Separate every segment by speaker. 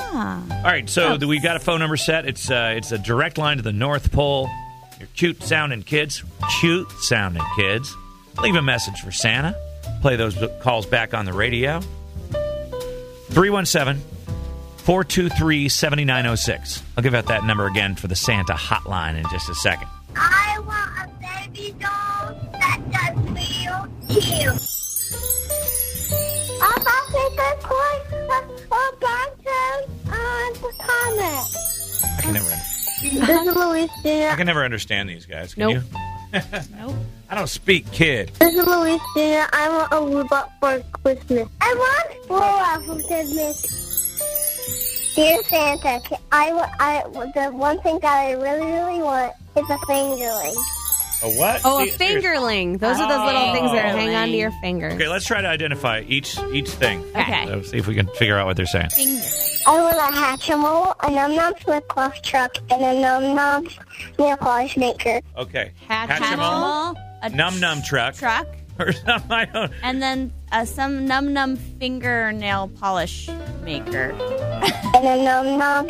Speaker 1: Ah.
Speaker 2: All right, so
Speaker 3: Oh.
Speaker 2: we've got a phone number set. It's uh, it's a direct line to the North Pole. Your cute sounding kids, cute sounding kids. Leave a message for Santa. Play those calls back on the radio. 317 423 7906. I'll give out that number again for the Santa hotline in just a second.
Speaker 4: I want a baby doll that does real cute. I thought they could or bounces on the comet.
Speaker 2: I can never,
Speaker 4: This is Louise
Speaker 2: I
Speaker 4: Jr.
Speaker 2: can never understand these guys. Can
Speaker 3: Nope.
Speaker 2: you?
Speaker 3: Nope.
Speaker 2: I don't speak kid.
Speaker 4: This is Louise Jr. I want a robot for Christmas. I want Laura for Christmas. Dear Santa, ca- I, wa- I, the one thing that I really, really want is a fingerling.
Speaker 2: A what?
Speaker 3: Oh, a
Speaker 2: See, seriously.
Speaker 3: fingerling. Those are those little things that hang on to
Speaker 1: Fingerling.
Speaker 3: your fingers.
Speaker 2: Oh. Okay, let's try to identify each each thing.
Speaker 3: Okay.
Speaker 2: So see if we can figure out what they're saying.
Speaker 4: I want a Hatchimal, a Num Nom flip cloth truck, and a Num Nom mailbox maker.
Speaker 2: Okay. Hatchimal,
Speaker 1: Hatchimal. a
Speaker 2: Num Num Truck.
Speaker 1: Truck.
Speaker 2: Or something, I don't-
Speaker 1: And then uh, some num num fingernail polish maker.
Speaker 4: and a Num Nom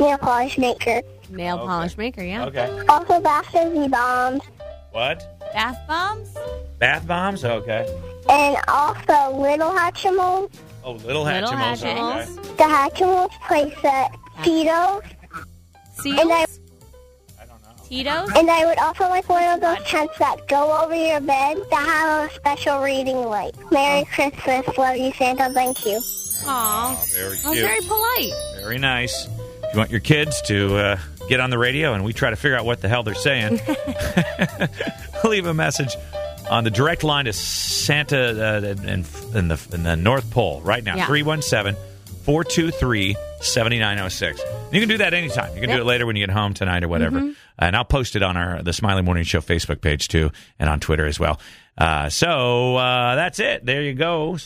Speaker 4: nail polish maker.
Speaker 3: Nail
Speaker 2: Okay.
Speaker 3: polish maker, yeah.
Speaker 2: Okay.
Speaker 4: Also baskets and bombs,
Speaker 2: What?
Speaker 1: Bath bombs?
Speaker 2: Bath bombs? Okay.
Speaker 4: and also little Hatchimals,
Speaker 2: Oh, little
Speaker 3: Little
Speaker 2: Hatchimals.
Speaker 3: Hatchimals.
Speaker 2: Okay.
Speaker 4: the Hatchimals playset, Cheetos, and I,
Speaker 1: Seals?
Speaker 2: I don't know.
Speaker 1: Tito's?
Speaker 4: and I would also like one of those tents that go over your bed that have a special reading light. Merry Christmas, love you Santa, thank you.
Speaker 3: Aw.
Speaker 2: Oh, very
Speaker 3: That was
Speaker 2: cute.
Speaker 3: very polite.
Speaker 2: Very nice. If you want your kids to uh, get on the radio and we try to figure out what the hell they're saying, leave a message on the direct line to Santa uh, in, in, the, in the North Pole right now
Speaker 3: Yeah.
Speaker 2: 317 423 7906. You can do that anytime. You can do it later when you get home tonight or whatever. And I'll post it on our the Smiley Morning Show Facebook page too and on Twitter as well. Uh, so uh, that's it. There you go.